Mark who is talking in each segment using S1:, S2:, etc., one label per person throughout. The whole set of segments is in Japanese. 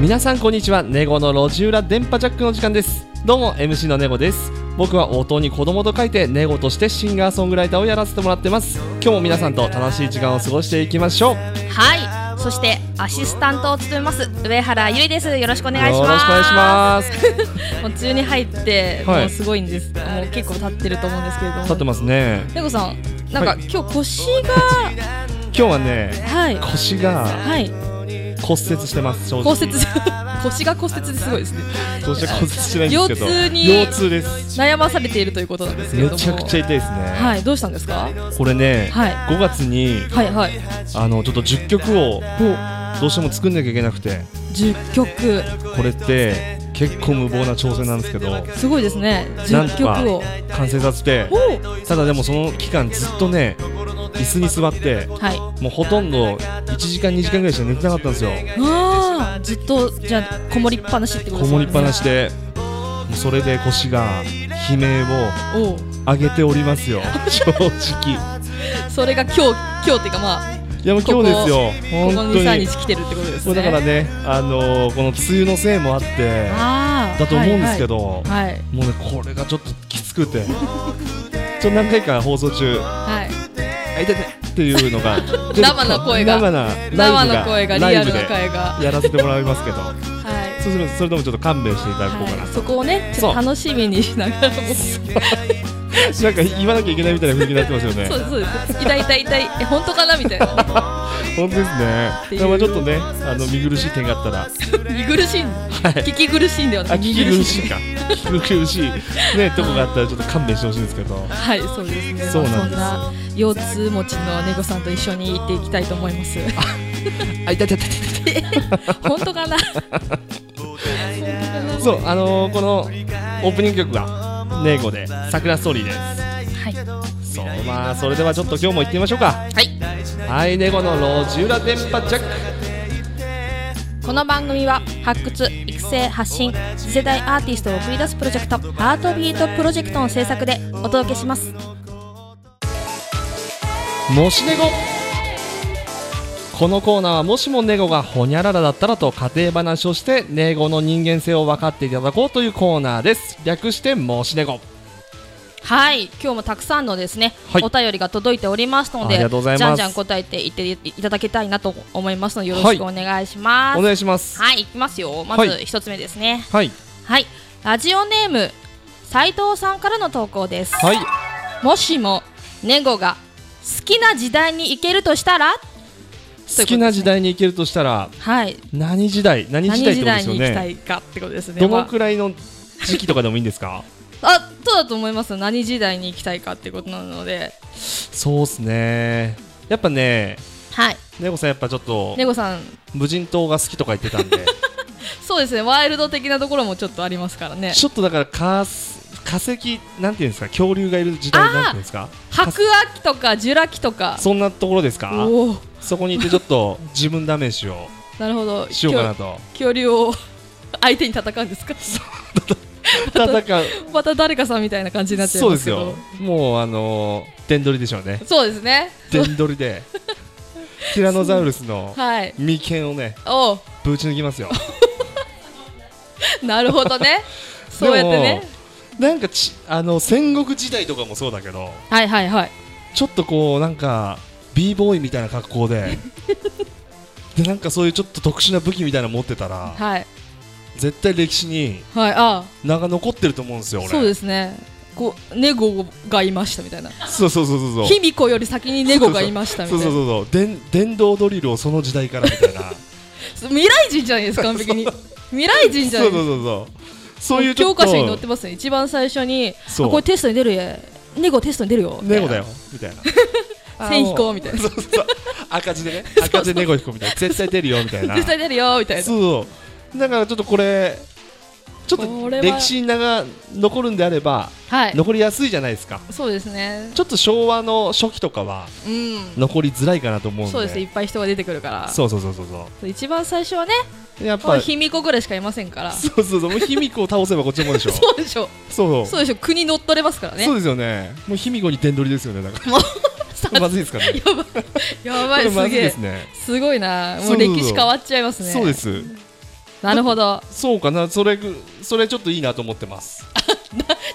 S1: 皆さんこんにちはネゴの路地裏電波ジャックの時間ですどうも MC のネゴです僕は音に子供と書いてネゴとしてシンガーソングライターをやらせてもらってます今日も皆さんと楽しい時間を過ごしていきましょう
S2: はい、そしてアシスタントを務めます上原ゆいです。よろしくお願いしま
S1: よ
S2: す。
S1: ろしくお願いします
S2: す。もう梅雨に入って、
S1: はい
S2: もうすごいんです。もう結構経ってると思うんですけれど
S1: 立っ
S2: も。
S1: てますね
S2: レゴさん、なんか、
S1: はい
S2: 今日腰
S1: 今日はね
S2: がはい
S1: 腰が
S2: はい
S1: 骨折してます正直
S2: 骨折 腰が骨折ですごいですね。
S1: そして骨折してないんですけど
S2: 腰痛に
S1: 腰痛です
S2: 悩まされているということなんですけれ
S1: め
S2: ども。
S1: ちゃくちゃ痛いですね、
S2: はい、どうしたんですか。
S1: これね、
S2: はい
S1: 5月に
S2: はいはい。
S1: あのちょっと10曲を
S2: お、
S1: どうしても作んなきゃいけなくて
S2: 十曲
S1: これって結構無謀な挑戦なんですけど
S2: すごいですね。十
S1: なんと
S2: 曲
S1: か
S2: を。
S1: 完成させて
S2: お、
S1: ただでもその期間ずっとね椅子に座って
S2: はい。
S1: もうほとんど1時間2時間ぐらいしか寝てなかったんですよ
S2: ああ、ずっとじゃあこもりっぱなしってことで
S1: こ
S2: す
S1: も
S2: よ
S1: り
S2: ね
S1: っぱなし。でもうそれで腰が悲鳴を
S2: おう。
S1: 上げておりますよ正直
S2: それが今日今日っていうかまあ
S1: いやもう今日ですよ
S2: こ
S1: 本
S2: の
S1: 当
S2: 二三
S1: に
S2: 日来てるってことです
S1: もう
S2: ね。
S1: だからねあのーこの梅雨のせいもあって
S2: あー
S1: だと思うんですけ。ど、
S2: はいはい
S1: もうねこれがちょっときつくてちょっと何回か放送中
S2: はい。はい
S1: あ痛い痛いっていうのが
S2: 生の声が
S1: 生な
S2: 生の声が
S1: ラ
S2: リア
S1: イブ
S2: ル
S1: で
S2: な声が。
S1: やらせてもらいますけど
S2: はい。
S1: そうするとそれでもちょっと勘弁していただこうかな、
S2: はいそこをねちょ
S1: そ
S2: っと
S1: う
S2: 楽しみにしながらも。
S1: なんか言わなきゃいけないみたいな雰囲気になってますよね
S2: そうですそうです。痛い痛い痛いえ本当かなみたいな。
S1: 本当ですね
S2: っていう
S1: でもちょっとねあの見苦しい点があったら
S2: 見苦しいん。聞き苦しいんでは
S1: あ
S2: なく
S1: 聞き苦しいか聞き苦しいねとこがあったらちょっと勘弁してほしいんですけど
S2: はいそうですね。
S1: そうなんです
S2: まあそんな腰痛持ちの猫さんと一緒に行っていきたいと思 います。
S1: あ痛い痛い痛い痛い痛い
S2: 本当 かな。
S1: そうあのーこのオープニング曲がネイゴで桜ストーリーです
S2: はい。
S1: そうまあそれではちょっと今日も行ってみましょうか
S2: はい。
S1: はいネゴの路地裏電波ジャック
S2: この番組は発掘育成発信次世代アーティストを送り出すプロジェクトアートビートプロジェクトの制作でお届けします
S1: もしネゴこのコーナーはもしもネゴがホニャララだったらと家庭話をしてネゴの人間性を分かっていただこうというコーナーです略してもしネゴ
S2: はい今日もたくさんのですね、
S1: はい
S2: お便りが届いておりますの
S1: あ
S2: で
S1: りがとうございます
S2: じゃんじゃん答えていっていただきたいなと思いますのでよろしくお願いします
S1: お
S2: はい、
S1: 願いします
S2: い、きますよまず
S1: はい
S2: 一つ目ですね
S1: はい
S2: はい、ラジオネーム斉藤さんからの投稿です、
S1: はい
S2: もしもネゴが好きな時代に行けるとしたら
S1: 好きな時代に行けるとしたら
S2: はい
S1: 何時代何時代ってことですよ
S2: 何時代に行きた
S1: ね
S2: いかってことですね。
S1: ど
S2: ま
S1: の
S2: あ
S1: くらいの時期とかでもいいんですか
S2: あ、そうだと思います。何時代に行きたいかってことなので。
S1: そうっすねやっぱね
S2: はい。
S1: ネゴさんやっぱちょっと
S2: ネゴさん、
S1: 無人島が好きとか言ってたんで
S2: そうですね。ワイルド的なところもちょっとありますからね。
S1: ちょっとだからか化石なんていうんですか恐竜がいる時代なんていうんですか
S2: 白亜紀とかジュラ紀とか。
S1: そんなところですか
S2: おお。
S1: そこに行ってちょっと自分試しを
S2: なるほど。
S1: しようかな
S2: 恐
S1: と
S2: 恐竜を相手に戦うんですか。
S1: 戦う
S2: また誰かさんみたいな感じになっちゃい
S1: そう
S2: ま
S1: ですす
S2: けど。
S1: よもうあのー電取りでしょうね
S2: そうですね。
S1: 電取りでティラノザウルスの
S2: はい。
S1: 眉間をね
S2: おう
S1: ぶち抜きますよ
S2: なるほど ね。そうやってね。
S1: でもなんかちあの戦国時代とかもそうだけど
S2: はいはいはい。
S1: ちょっとこうなんか b ボーイみたいな格好ででなんかそういうちょっと特殊な武器みたいなの持ってたら
S2: はい。
S1: 絶対歴史に
S2: はい。ああ。
S1: 名が残ってると思うんですよ俺
S2: そうですね。こうネゴがいましたみたいな。
S1: そうそうそうそうそう
S2: 卑弥呼より先にネゴがいましたみたい
S1: そうそうそうそう電電動ドリルをその時代からみたいな
S2: な。未来人じゃな いですか完璧に。未来人じゃな
S1: そうそうそ
S2: いですか。
S1: うそうそういうちょ
S2: 教
S1: っと
S2: 科書に載ってますね。一番最初に、あ
S1: そう
S2: これテストに出るや。ネゴテストに出るよ。
S1: ネゴだよ。みたいなあ
S2: 線引こ
S1: も
S2: うみたいな
S1: そうそうそう赤字で ね赤字でネゴ引こうみたいな絶対出るよみたいな
S2: 絶対出るよみたいな。
S1: そうそうだからちょっとこれちょっ
S2: ことれは
S1: 歴史に名が残るんであれば
S2: はい。
S1: 残りやすいじゃないですか
S2: そうですね。
S1: ちょっと昭和の初期とかは
S2: うん。
S1: 残りづらいかなと思うんで
S2: そうですね。いっぱい人が出てくるから。
S1: そうそうそうそうそ
S2: 一番最初はね、
S1: うやっ
S2: ま
S1: ぱ
S2: あ
S1: そう
S2: 卑弥呼ぐらいしかいませんから。そ
S1: そうそうもう卑弥呼を倒せばこっちのもんでしょそう
S2: うでしょ。
S1: そう
S2: そうでしょ。国乗っ取れますからね
S1: そう。ですよね。もう卑弥呼に点取りですよね。だから。 まずいですかね。
S2: や
S1: こ
S2: ば
S1: れ
S2: い
S1: ますずい
S2: げ
S1: で
S2: え
S1: す。ね。
S2: すごいな。も
S1: そううそうそう
S2: 歴史変わっちゃいますね。
S1: そうです。
S2: なるほど
S1: そうかなそれそれちょっといいなと思ってます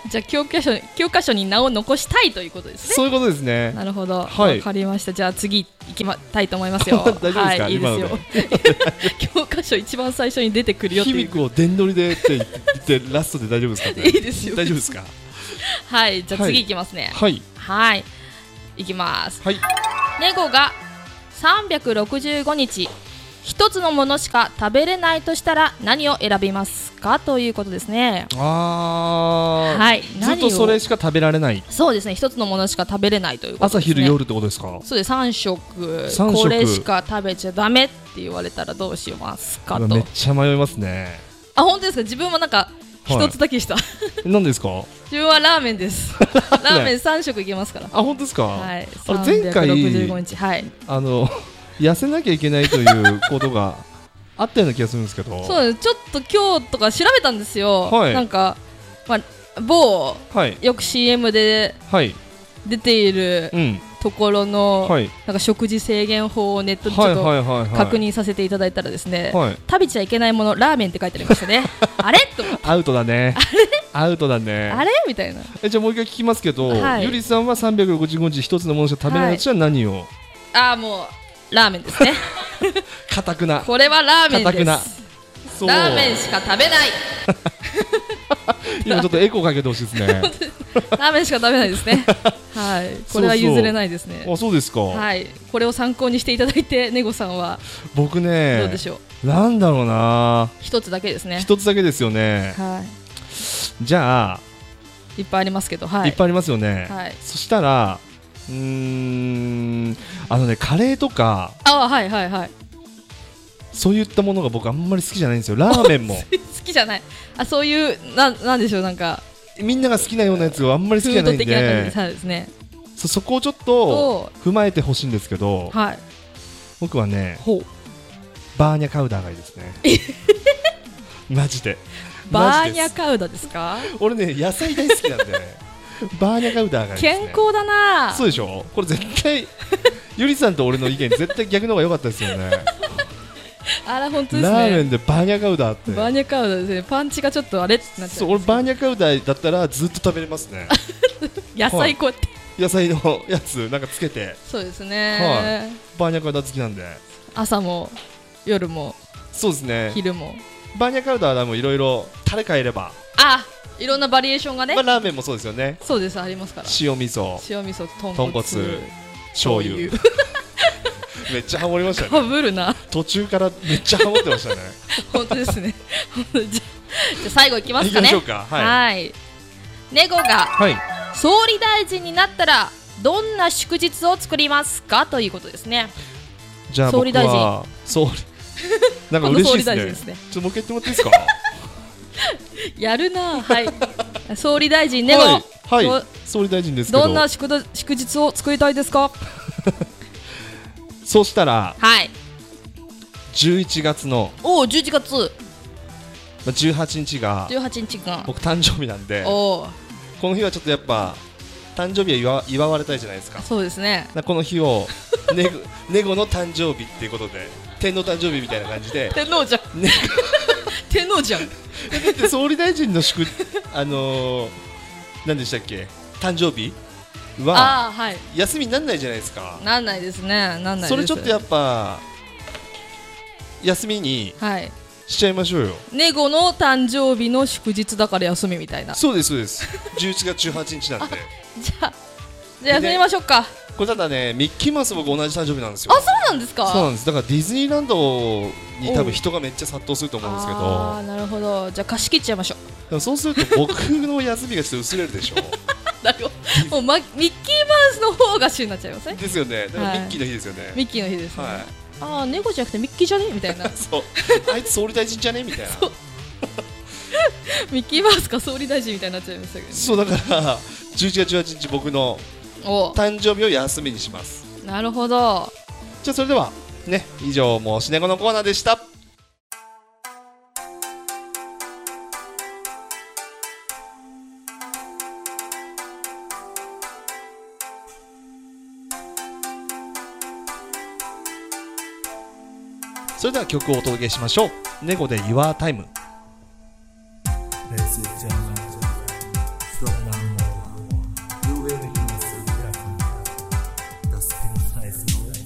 S2: じゃあ教科書教科書に名を残したいということですね
S1: そういうことですね
S2: なるほど、
S1: はい
S2: わかりましたじゃあ次行きまたいと思いますよ
S1: 大丈夫ですか
S2: はい、いいです
S1: 今の
S2: よ 教科書一番最初に出てくるよってい
S1: 響
S2: う
S1: くを電乗りでって言ってラストで大丈夫ですか、
S2: いいですよ
S1: 大丈夫ですか
S2: はいじゃあ
S1: はい
S2: 次行きますね
S1: はい
S2: はい行きます
S1: はい
S2: ネゴが365日一つのものしか食べれないとしたら何を選びますかということですね
S1: あー
S2: はい
S1: ずっ
S2: 何
S1: と
S2: を
S1: それしか食べられない
S2: そうですね一つのものしか食べれないというこ
S1: 朝
S2: とです、ね、
S1: 昼夜ってことですか
S2: そうです3食
S1: 三食
S2: これしか食べちゃダメって言われたらどうしますか
S1: うわ
S2: と
S1: めっちゃ迷いますね
S2: あ本当ですか自分はなんか
S1: はい
S2: 一つだけした、
S1: 何ですか
S2: 自分はラーメンです ラーメン3食いけますから
S1: あ本当ですか、
S2: はい
S1: あの前回
S2: 365日はい
S1: あの 痩せなきゃいけないということ があったような気がするんですけど
S2: そうですちょっと今日とか調べたんですよ、
S1: はい
S2: なんか、まあ、某
S1: はい
S2: よく CM で
S1: はい
S2: 出ている
S1: うん
S2: ところの、
S1: はい
S2: なんか食事制限法をネットでち
S1: は
S2: ょ
S1: いは
S2: っと
S1: いはいはい
S2: 確認させていただいたらですね、
S1: はい
S2: 食べちゃいけないものラーメンって書いてありまし たねあれと思って
S1: アウトだねアウトだね
S2: あれみたいな
S1: えじゃあもう一回聞きますけど、
S2: はい
S1: ゆりさんは365日一つのものしか食べないとしたら何を
S2: ああもうラーメンですね
S1: かた、くな
S2: これはラーメン
S1: 固く
S2: で
S1: な
S2: す
S1: そう
S2: ラーメンしか食べない
S1: 今ちょっとエコーかけてほしいです ね
S2: ラーメンしか食べないですねはいこれは譲れないですね
S1: あそうですか、
S2: はいこれを参考にしていただいてネゴさんは
S1: 僕ね
S2: どうでしょう、
S1: なんだろうな
S2: 一つだけですね
S1: 一つだけですよね
S2: は
S1: じゃあ、
S2: いいっぱいありますけどはい
S1: いっぱいありますよね、
S2: はい
S1: そしたらうーんあのねカレーとか
S2: ああはいはいはい
S1: そういったものが僕あんまり好きじゃないんですよラーメ ンも
S2: 好きじゃないあそういうななんでしょうなんか
S1: みんなが好きなようなやつがあんまり好
S2: フ
S1: きじゃ
S2: ー
S1: な
S2: ド
S1: いんで
S2: 的な感じそうですね
S1: そそこをちょっと踏まえてほしいんですけど
S2: はい
S1: 僕はね
S2: ほう
S1: バーニャカウダーがいいです ねマジで
S2: バ
S1: マ
S2: ー
S1: ジ
S2: ニ
S1: で
S2: ャ
S1: す
S2: カウダですか
S1: 俺ね野菜大好きなんでね バーニャカウダーがいいですね
S2: 健康だな
S1: そうでしょこれ絶 対ゆりさんと俺の意見絶対逆の方が良かったですよね
S2: あら本当ですね
S1: ラーメンでバーニャカウダーって
S2: バーニャカウダですねパンチがちょっとあれってなっちゃ
S1: そうう俺バーニャカウダーだったらずっと食べれます ね
S2: 野菜こうやって、
S1: 野菜のやつなんかつけて
S2: そうですね、
S1: はバーニャカウダー好きなんで
S2: 朝も夜も
S1: そうですね
S2: 昼も
S1: バーニャカウダーでもいろいろタレ変えれば、
S2: あいろんなバリエーションがね、
S1: まあ、ラーメンもそうですよね
S2: そうですありますから
S1: 塩味噌
S2: 塩味噌豚
S1: 豚
S2: 骨
S1: 骨醤油 めっちゃハモりましたね
S2: かぶるな
S1: 途中からめっちゃハモってましたね
S2: 本当ですね 本当じゃじゃあ最後いきま
S1: 行
S2: す
S1: き
S2: か
S1: ま
S2: ね
S1: しょうかはい
S2: はいネゴが
S1: はい
S2: 総理大臣になったらどんな祝日を作りますかということですね
S1: じゃあ
S2: 総
S1: 僕
S2: 理大臣
S1: は総理 なんか嬉しいです
S2: 今度総理大臣
S1: ね
S2: ですね
S1: ちょっともう一回言ってもらっていいですか
S2: やるなあはい 総理大臣ネゴ、
S1: はい、はい
S2: ど、
S1: 総理大臣ですけど
S2: どんな祝日祝日を作りたいですか
S1: そうしたら
S2: はい
S1: 11月の
S2: おお11月
S1: まあ18日が
S2: 18日が
S1: 僕誕生日なんで
S2: おお
S1: この日はちょっとやっぱ誕生日は祝わ祝われたいじゃないですかだか
S2: そうですね
S1: らこの日 をネゴネゴの誕生日っていうことで天皇誕生日みたいな感じで
S2: 天皇じゃん
S1: ね
S2: 天皇じゃん
S1: えだって総理大臣の祝 あのー、何でしたっけ誕生日は
S2: ああーはい
S1: 休みにならないじゃないですか
S2: なんないですねなんないです
S1: それちょっとやっぱ休みに
S2: はい
S1: しちゃいましょうよ
S2: ネゴの誕生日の祝日だから休みみたいなじ
S1: そうですそうです11月18日 なんで
S2: ゃあじゃあ休みましょうかあ
S1: これただねミッキーマウス僕同じ誕生日なんですよ
S2: そうなんですか
S1: そうなんですだからディズニーランドに多分人がめっちゃ殺到すると思うんですけ
S2: あ
S1: ど
S2: あなるほどじゃあ貸し切っちゃいましょう
S1: でもそうすると僕の休みがちょっと薄れるでしょ
S2: だよもう、ま、ミッキーマウスの方が主になっちゃいますね
S1: ですよねだから
S2: はい
S1: ミッキーの日ですよね、はい
S2: ミッキーの日ですね、ああ猫じゃなくてミッキーじゃねみたい な
S1: そうあいつ総理大臣じゃねみ たいなそう
S2: ミッキーマウスか総理大臣みたいになっちゃいましたけどね
S1: だから11月18日僕の
S2: お
S1: 誕生日を休みにします
S2: うなるほど
S1: じゃあそれではね以上もうシネコのコーナーでしたそれでは曲をお届けしましょう猫で Your Time
S3: Let's go, Java. From now on, you will hear the dragon. The spirit flies away.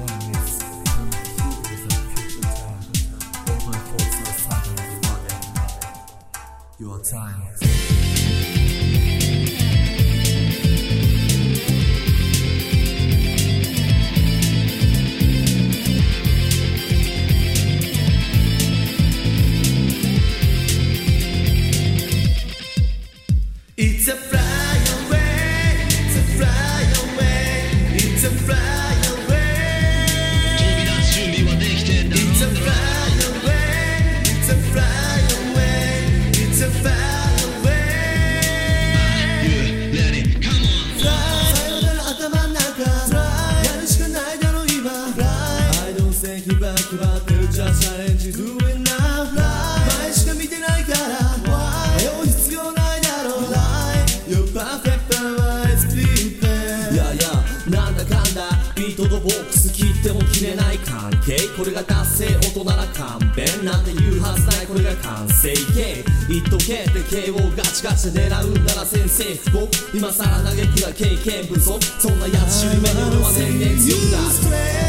S3: One miss, and two is a future time. Over for the sun and father. Your time is
S4: 前しか見てないから迷う必要ないだろう You're perfect and it's perfect いやいやなんだかんだビートとボックス切っても切れない関係これが達成大人な勘弁なんて言うはずないこれが完成形言っとけって KO ガチガチで狙うなら先生不幸今さら嘆くが経験不足そんなやつ夢に俺は年々強くなる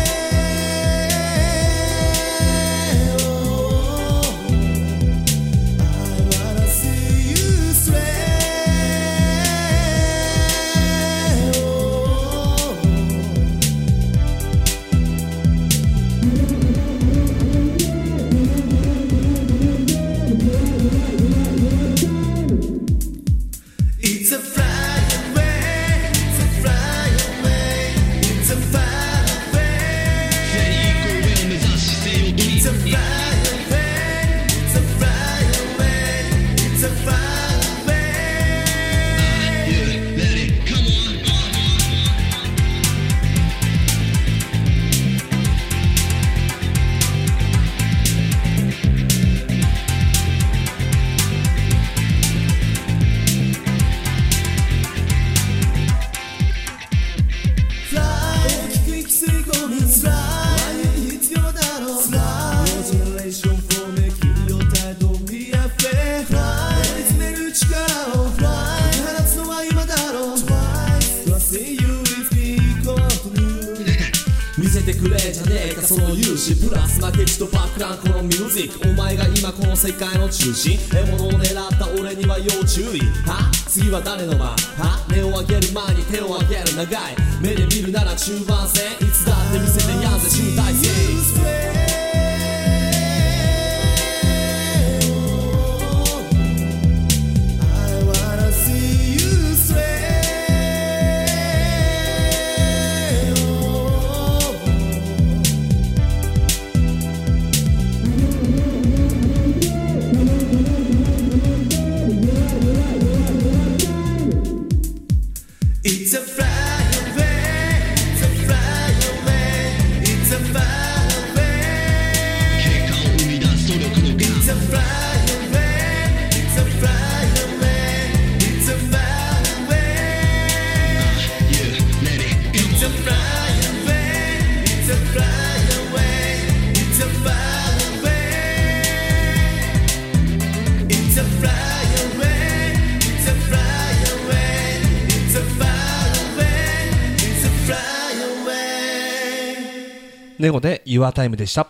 S4: It's a fly away, it's a fly away, it's a fly away. It's a fly away, it's a fly away, it's a fly away. Fly 大きく息吸い込み Fly 前に必要だろう Fly Your generation for making your time don't be afraid Fly 追い詰める力を Fly 放つのは今だろう Twice Trust in you if we go to new 見せてくれじゃねえかその勇姿プラス負けじとバックランこのミュージックお前が今この世界の中心獲物を狙った俺には要注意は次は誰の番は根を上げる前に手を上げる長い目で見るなら中盤戦いつだって見せてやんぜ集大成 I wanna see you sway. Oh. It's a fly away, it's a fly away, it's a fly away. 結果を生み出す努力の源 It's a fly away, it's a fly away, it's a fly away. It's a fly away, it's a fly away, it's a fly away. It's a fly away, it's a fly away, it's a fly away, it's a fly away.
S1: 猫で Your Time でした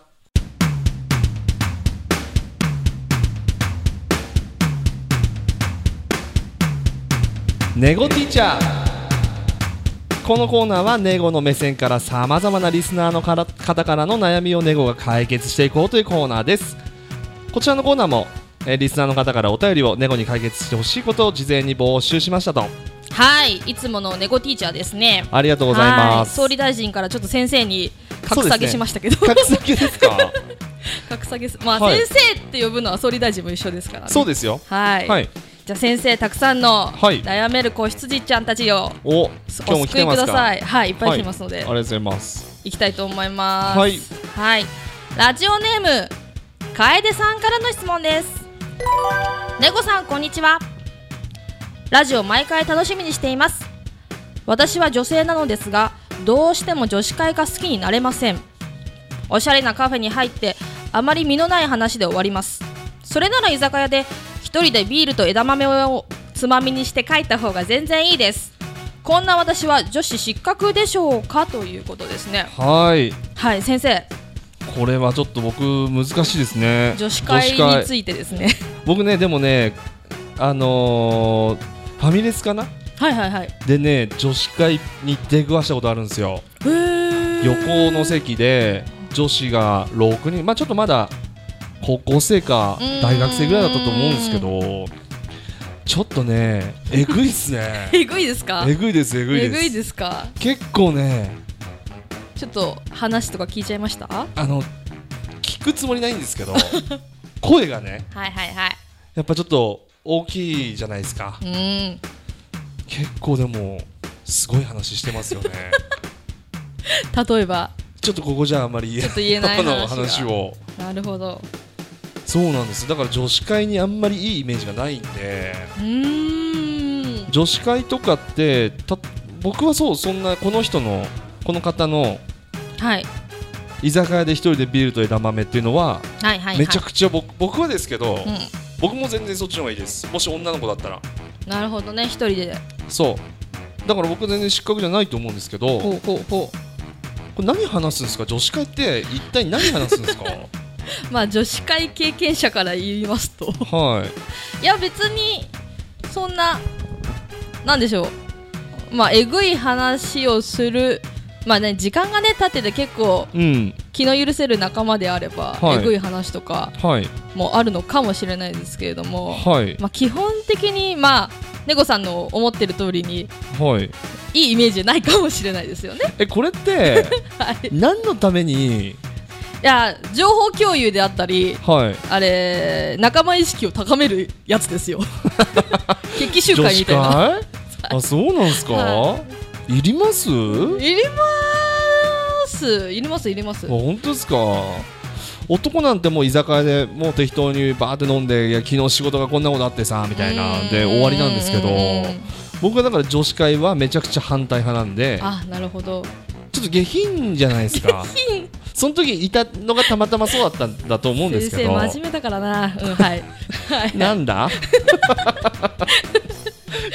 S1: ネゴティーチャーこのコーナーはネゴの目線からさまざまなリスナーのから方からの悩みをネゴが解決していこうというコーナーですこちらのコーナーもえーリスナーの方からお便りをネゴに解決してほしいことを事前に募集しましたと
S2: はい、いつものネゴティーチャーですね。
S1: ありがとうございます
S2: はい総理大臣からちょっと先生に格下げしましたけど、
S1: 格下げです か
S2: 格下げす、まあ、
S1: はい
S2: 先生って呼ぶのは総理大臣も一緒ですから、ね。
S1: そうですよ
S2: はい、
S1: はい
S2: じゃあ先生たくさんの
S1: はい
S2: 悩める子羊ちゃんたちを
S1: お今
S2: お
S1: 日も来
S2: 救
S1: て
S2: いく
S1: ます
S2: だ
S1: か
S2: さい。はい、いっぱい来てますの
S1: は
S2: で
S1: い、ありが、とうございます
S2: 行きたいと思います。
S1: はい
S2: はい、ラジオネーム楓さんからの質問です。ネゴさんこんにちは。ラジオ毎回楽しみにしています。私は女性なのですが、どうしても女子会が好きになれません。おしゃれなカフェに入ってあまり身のない話で終わりますそれなら居酒屋で一人でビールと枝豆をつまみにして帰った方が全然いいですこんな私は女子失格でしょうかということですね
S1: はい
S2: はい先生
S1: これはちょっと僕難しいですね
S2: 女子会についてですね
S1: 僕ねでもねあのーファミレスかな
S2: はいはいはい
S1: でね女子会に出くわしたことあるんですよ
S2: へー
S1: 横の席で女子が6人まあちょっとまだ高校生か
S2: うん
S1: 大学生ぐらいだったと思うんですけどちょっとねえぐいっすね
S2: え ぐいですか
S1: えぐいですえぐい
S2: え
S1: です
S2: ぐいですか
S1: 結構ね
S2: ちょっと話とか聞いちゃいましたは
S1: あの聞くつもりないんですけど 声がね
S2: いはいはい
S1: やっぱちょっと大きいじゃないですか
S2: うーん
S1: 結構でもすごい話してますよね
S2: 例えば
S1: ちょっとここじゃあんまり
S2: ちょっと言えない話が
S1: の話を
S2: なるほど
S1: そうなんですだから女子会にあんまりいいイメージがないんで
S2: うーん
S1: 女子会とかってた僕はそうそんなこの人のこの方の
S2: はい
S1: 居酒屋で一人でビールと枝豆っていうのは
S2: はいはいはい
S1: めちゃくちゃ僕,、僕はですけど、
S2: う
S1: 僕も全然そっちの方がいいですもし女の子だったら
S2: んなるほどね一人で
S1: そうだから僕全然失格じゃないと思うんですけど
S2: ほ
S1: こ
S2: うほうほ
S1: れ何話すんですか女子会って一体何話すんです か
S2: うまあ女子会経験者から言いますと
S1: はい
S2: いや別にそんななんでしょうまあえぐい話をするまあね時間がね経ってて結構
S1: うん
S2: 気の許せる仲間であれば、
S1: はい
S2: えぐい話とか
S1: はい
S2: もあるのかもしれないですけれども、
S1: はい
S2: まあ、基本的にまあネゴさんの思ってる通りに
S1: はい
S2: いいイメージないかもしれないですよね。
S1: えこれって
S2: はい、い
S1: 何のために
S2: や情報共有であったり
S1: はい
S2: あれ仲間意識を高めるやつで すよ。決起集
S1: 女
S2: 会
S1: 子
S2: みたいな。
S1: 会あそうなんですか、、
S2: はい
S1: りますあ
S2: いりますいりますいります。
S1: 本当ですか男なんてもう居酒屋でもう適当にバーって飲んでいや昨日仕事がこんなことあってさみたいなで
S2: うん
S1: 終わりなんですけど
S2: うん
S1: 僕はだから女子会はめちゃくちゃ反対派なんで
S2: あなるほど。
S1: ちょっと下品じゃないです かその時いたのがたまたまそうだったんだと思うんで
S2: 先
S1: すけ
S2: 生
S1: ど
S2: 真面目だからな。 うんはい。はい
S1: なん だ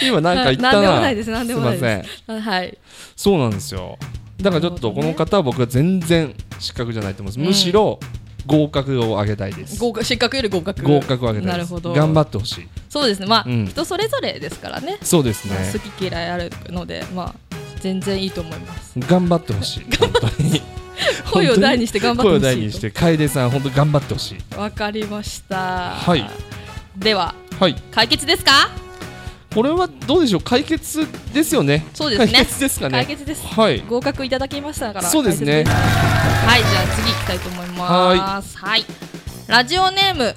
S1: 今なんか言ったな
S2: なんでもないですなんでもないです
S1: すいません
S2: あはい。
S1: そうなんですよだからちょっとこの方は僕は全然失格じゃないと思います、
S2: うん
S1: むしろ合格を上げたいです
S2: 合格失格より合格。
S1: 合格を上げた
S2: ない
S1: で
S2: る
S1: す
S2: ほど。
S1: 頑張ってほしい
S2: そうですね。まあ、
S1: うん
S2: 人それぞれですからね。
S1: そうですね
S2: まあ好き嫌いあるので、まあ全然いいと思います。
S1: 頑張ってほしい本当に
S2: 声を大にして頑張っ
S1: 声
S2: てほしい
S1: を
S2: と
S1: 大にして楓さん本当頑張ってほしい
S2: わかりました。
S1: はい。
S2: では
S1: はい
S2: 解決ですか？
S1: これはどうでしょう解決ですよね
S2: そうですね
S1: 解決ですかね
S2: 解決です
S1: はい
S2: 合格いただきましたから。
S1: そうですね
S2: 解決はい、じゃあ次行きたいと思います。はいラジオネーム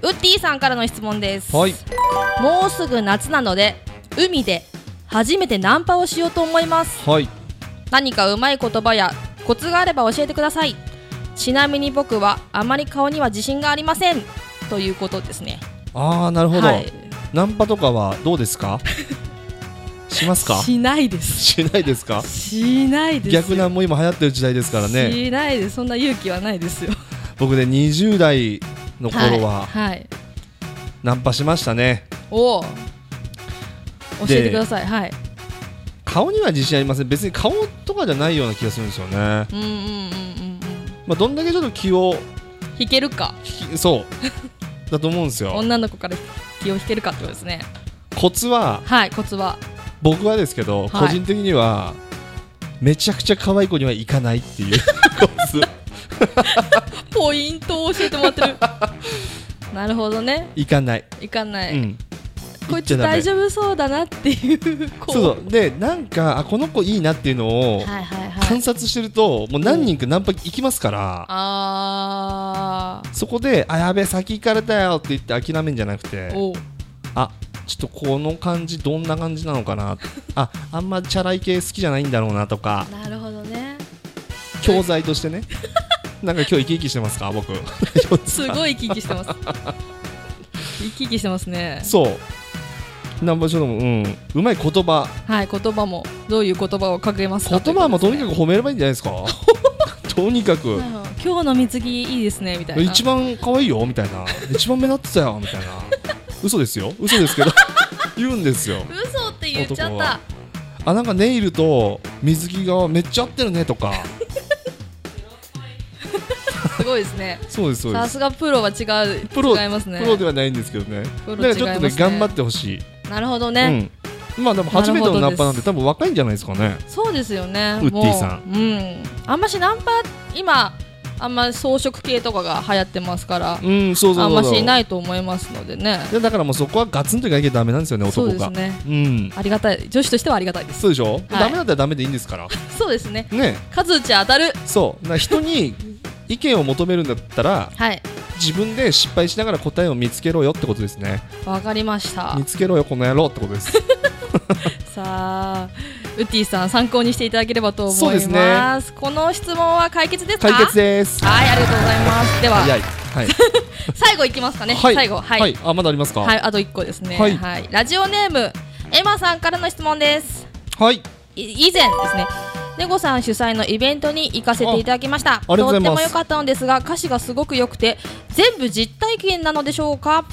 S2: ウッディさんからの質問です。
S1: はい
S2: もうすぐ夏なので海で初めてナンパをしようと思います。
S1: はい
S2: 何かうまい言葉やコツがあれば教えてくださいちなみに僕はあまり顔には自信がありませんということですね
S1: ああなるほど、
S2: はい
S1: ナンパとかはどうです かしますか
S2: しないです
S1: しないですか
S2: しないです
S1: 逆なんも今流行ってる時代ですからね
S2: しないですそんな勇気はないですよ
S1: 僕ね20代の頃は
S2: はい、はい、
S1: ナンパしましたね、
S2: おお教え
S1: で
S2: てくださいはい
S1: 顔には自信ありません別に顔とかじゃないような気がするんですよね、ま
S2: うんうんうんうんうん
S1: あ、どんだけちょっと気を
S2: 弾けるか
S1: きそう だと思うんですよ
S2: 女の子から気を引けるかってことですね
S1: コツは
S2: はいコツは
S1: 僕はですけど、
S2: はい
S1: 個人的にはめちゃくちゃ可愛い子にはいかないって いうコツ
S2: ポイントを教えてもらっ てるなるほどね
S1: いかない、
S2: いかな
S1: う
S2: い、
S1: ん
S2: こいつ大丈夫そうだなっていうこう
S1: そうそうでなんかあこの子いいなっていうのを
S2: はいはいは
S1: 観
S2: い。
S1: 察してると、もう何人かナンパ行きますから、
S2: あ
S1: そこで「あやべ先行かれたよ」って言って諦めんじゃなくて
S2: ーおう
S1: あちょっとこの感じどんな感じなのかな ああんまチャラい系好きじゃないんだろうなとか
S2: なるほどね。
S1: 教材と してねなんか今日生き生きしてますか僕大丈夫です
S2: す
S1: か
S2: ごい生き生きし てます。生き生きしてますね。
S1: そうナンバーショートもうんうまい言葉
S2: はい言葉もどういう言葉をかけますか。
S1: 言葉もとに
S2: か
S1: かく褒めればいいんじゃないですかとにかく
S2: く。今日の水着いいですねみたいな
S1: 一番可愛いよみたいな一番目立ってたよみたいな嘘ですよ嘘です けど言うんですよ
S2: 嘘って言っちゃ
S1: 男
S2: っ
S1: は
S2: た
S1: あなんかネイルと水着がめっちゃ合ってるねとか
S2: すごいですね
S1: そうですそうで
S2: さ
S1: す
S2: すがプロは違う
S1: プロ
S2: 違いますね
S1: プロではないんですけどね
S2: プ
S1: だ
S2: ロ
S1: からちょっとね
S2: 違いますね
S1: 頑張ってほしい、
S2: なるほどね、
S1: うんまあでも初めての
S2: な
S1: ナ
S2: るほ
S1: ンパな
S2: どです
S1: んて多分若いんじゃないですかね
S2: そうですよね
S1: ウッディさ
S2: もううんあんましナンパ今あんま装飾系とかが流行ってますから
S1: うんそうそうそう
S2: あんましいないいと思いますのでね
S1: やだからもうそこはガツンといかなきゃダメなんですよね
S2: そ
S1: 男
S2: う
S1: が
S2: ですね
S1: うん
S2: ありがたい女子としてはありがたいです
S1: そうでしょ、ダメだったらダメでいいんですから
S2: そうですね
S1: ね
S2: 数打ち当たる
S1: そうな人に意見を求めるんだったら
S2: はい
S1: 自分で失敗しながら答えを見つけろよってことですね
S2: わかりました
S1: 見つけろよこの野郎ってことです
S2: さあウッディさん参考にしていただければと
S1: そ
S2: 思
S1: うで
S2: い
S1: す
S2: ますこの質問は解決ですか
S1: 解決です
S2: はいありがとうございますで
S1: 早
S2: はい
S1: はい
S2: 最後いきますかね、
S1: はい
S2: 最後はい、
S1: はいあまだありますか、
S2: はいいあと一個ですねは、
S1: はいい
S2: ラジオネームエマさんからの質問です
S1: はい
S2: い以前ですねネゴさん主催のイベントに行かせていただきました
S1: ありがとうございます
S2: っても良かったのですが歌詞がすごく良くて全部実体験なのでしょうか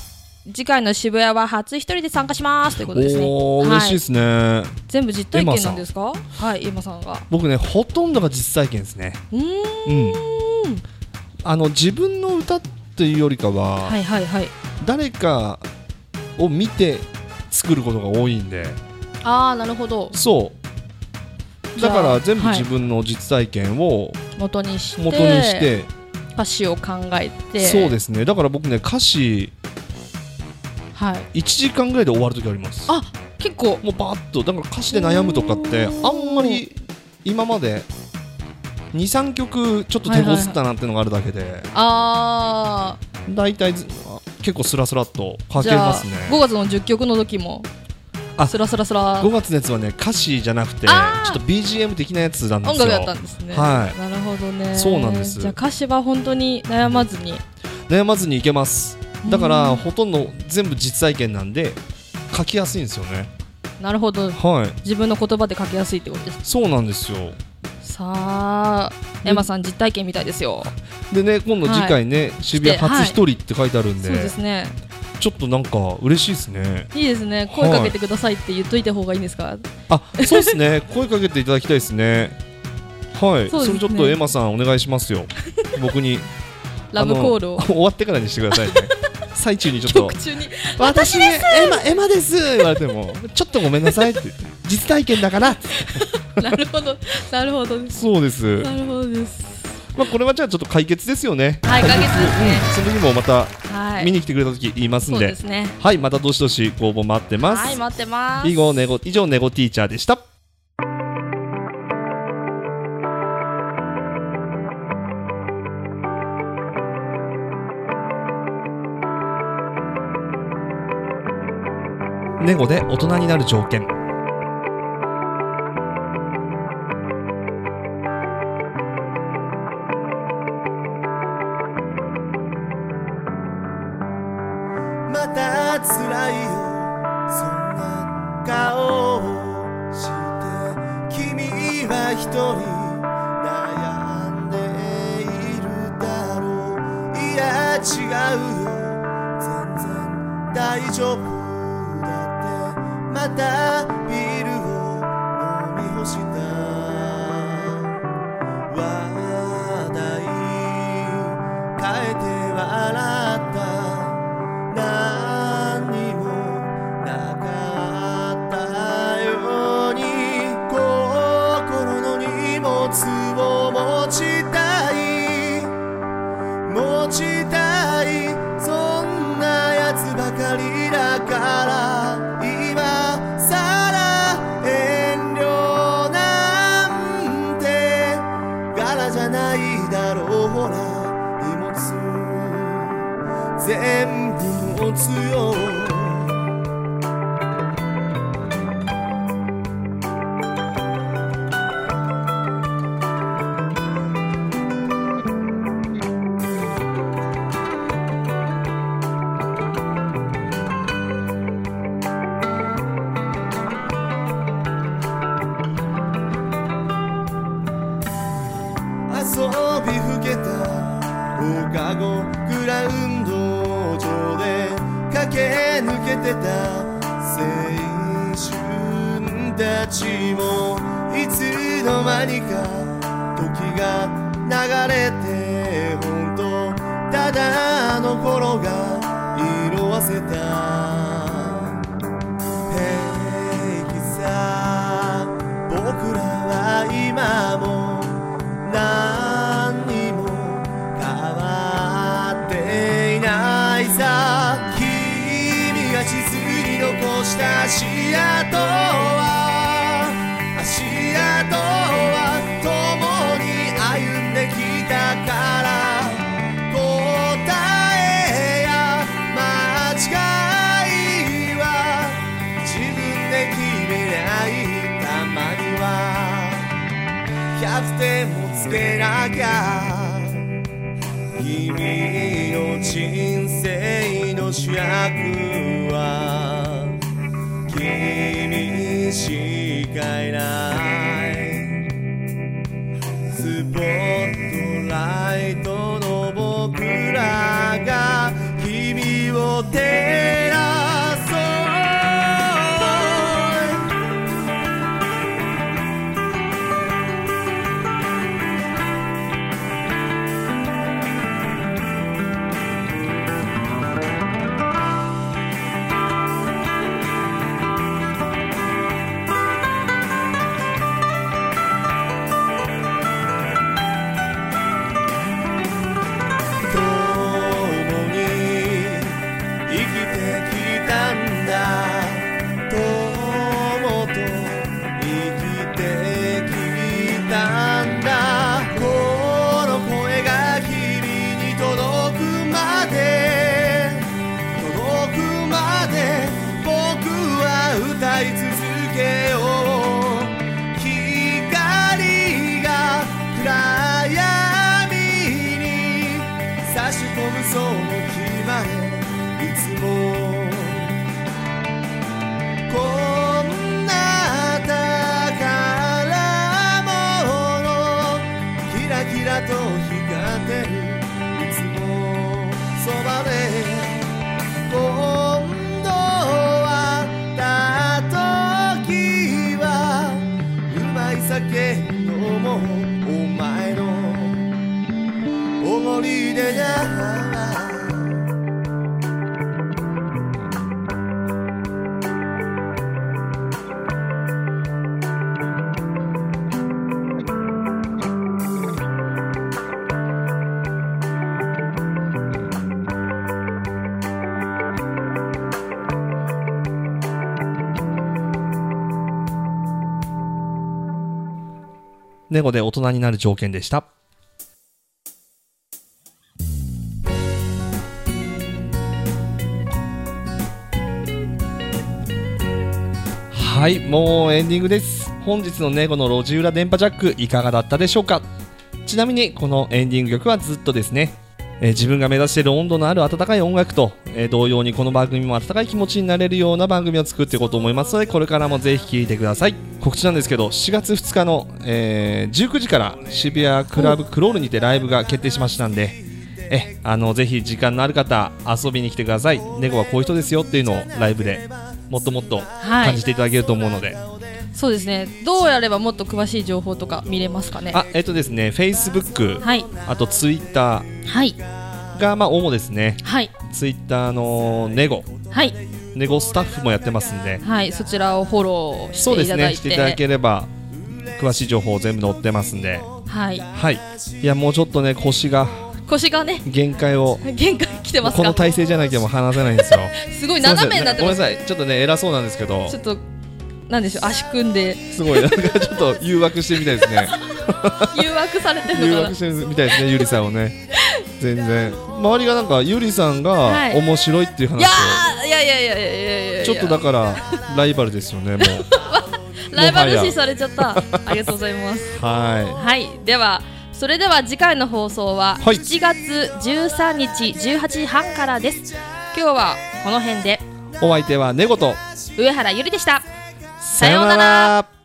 S2: 次回の渋谷は初一人で参加しますということですね
S1: おー嬉しい
S2: は
S1: で
S2: い、
S1: すね、
S2: 全部実体験なんですかはいエマさんが
S1: 僕ねほとんどが実体験ですね
S2: うーん
S1: うんあの自分の歌っていうよりかは、
S2: はいはいはい
S1: 誰かを見て作ることが多いんで
S2: ああなるほど
S1: そう
S2: じゃ
S1: だ
S2: あ
S1: から全部
S2: はい
S1: 自分の実体験を
S2: 元にして
S1: 元にして、
S2: 歌詞を考えて
S1: そうですすねだから僕ね歌詞
S2: はい
S1: 1時間ぐらいで終わる時あります
S2: あ結構
S1: もうバーッとだから歌詞で悩むとかって
S2: おー
S1: あんまり今まで23曲ちょっと手こずったなってのがあるだけで、
S2: ああ
S1: 大体ずあ結構スラスラっと書
S2: じ
S1: け
S2: ゃ
S1: ま
S2: あ
S1: すね
S2: 5月の10曲の時も
S1: あ
S2: スラスラスラ
S1: 5月のやつはね歌詞じゃなくてちょ
S2: あー
S1: っと BGM 的なやつなんです
S2: 音
S1: よ
S2: 楽だったんですね
S1: はい
S2: なるほどね
S1: そうなんです
S2: じゃあ歌詞は本当に悩まずに
S1: 悩まずにいけますだから
S2: うん
S1: ほとんど全部実体験なんで書きやすいんですよね
S2: なるほど
S1: はい
S2: 自分の言葉で書きやすいってことです
S1: そうなんですよ
S2: さあエマさん実体験みたいですよ
S1: でね今度次回ね、渋谷初一人って書いてあるんで,、
S2: そうですね
S1: ちょっとなんか嬉しいですね
S2: いいですね声かけてくださいって言っといた方がいいんですか
S1: あそうです ね声かけていただきたいですねはい
S2: そ
S1: そ,、
S2: うですね
S1: れちょっとエマさんお願いしますよ僕に
S2: ラブ
S1: あの
S2: コールを
S1: 終わってからにしてください ね最中にちょっと
S2: 曲中に
S1: 私ねエマエマです言われてもちょっとごめんなさいって言って実体験だから
S2: なるほどなるほどです
S1: そうです
S2: なるほどです
S1: まあこれはじゃあちょっと解決ですよね
S2: はい解決ですね
S1: その日もまた
S2: はい
S1: 見に来てくれた時言います
S2: そ
S1: ん
S2: う
S1: で,、
S2: ですね
S1: はいまたどしどしご応募待ってます、
S2: はい待ってます
S1: 以上ネゴ以上ネゴティーチャーでしたネゴで大人になる条件
S4: また辛いよそんな顔をして君は一人悩んでいるだろういや違うよ全然大丈夫だってまたビールを飲み干した話題変えて笑った何にもなかったように心の荷物を持ちたい持ちたいそんなやつばかりだから今さら遠慮なんて柄じゃないだろうほら荷物全部持つよ遊びけた放課後グラウンド上で駆け抜けてた青春たちもいつの間にか時が流れて本当ただあの頃が色あせた平気さ僕らは今も何にも変わっていないさ君が地図に残した足跡は足跡は共に歩んできたから答えや間違いは自分で決めないたまには100点もつけなきゃ君の人生の主役は君しかいないスポットライトの僕らが君を照らそう共に生きてきたんだ友と生きてきたんだこの声が君に届くまで届くまで僕は歌い続けよう光が暗闇に差し込むその日までいつもこんな宝物キラキラと光ってるいつもそばで今度はた時はうまい酒飲もうお前のおごりでな
S1: ネゴで大人になる条件でした。はい、もうエンディングです。本日のネゴの路地裏電波ジャックいかがだったでしょうかちなみにこのエンディング曲はずっとですね、えー自分が目指している温度のある温かい音楽と、えー同様にこの番組も温かい気持ちになれるような番組を作っていこうと思いますのでこれからもぜひ聴いてください告知なんですけど7月2日の、えー19時から渋谷クラブクロールにてライブが決定しましたんでえあのぜひ時間のある方遊びに来てください猫はこういう人ですよっていうのをライブでもっともっと
S2: はい
S1: 感じていただけると思うので、
S2: そうですねどうやればもっと詳しい情報とか見れますかね
S1: あえっ、とですね Facebook、
S2: はい
S1: あと Twitter
S2: はい
S1: がまあ主ですね
S2: はい
S1: ツイッターのネゴ、
S2: はい
S1: ネゴスタッフもやってますんで、
S2: はいそちらをフォローし
S1: そうで
S2: てい
S1: す
S2: ただ
S1: ね、
S2: い
S1: してていただければ、詳しい情報全部載ってますんで、
S2: はい
S1: はい、いや、もうちょっとね、腰が
S2: 腰がね
S1: 限界を、
S2: 限界来てます
S1: この
S2: か
S1: 体勢じゃなきゃもう離せないん ですよ。
S2: すごい斜めになって
S1: ごめ
S2: ま
S1: ん
S2: す
S1: なさい、ちょっとね、偉そうなんですけど
S2: ちょ、っとなん でしょう足組んです
S1: ごい、なんかちょっと誘惑してるみたい ですね、
S2: 誘惑されてる
S1: 誘
S2: のか
S1: 惑してるみたいですね、ゆりさんをね、全然、周りがなんか、ゆりさん
S2: は
S1: が
S2: い
S1: 面白いっていう話
S2: な
S1: を、
S2: いやーいやいやいやいやいやいやいや
S1: ちょっとだから、ライバルですよね、も う。
S2: ライバル
S1: もはや
S2: 視されちゃったありがとうござい ます
S1: はい
S2: はいではそれでは次回の放送は
S1: はい
S2: 7月13日18時半からです今日はこの辺で
S1: お相手はネゴと
S2: 上原ゆりでした
S1: さ
S2: よう
S1: よ
S2: なら
S1: うなら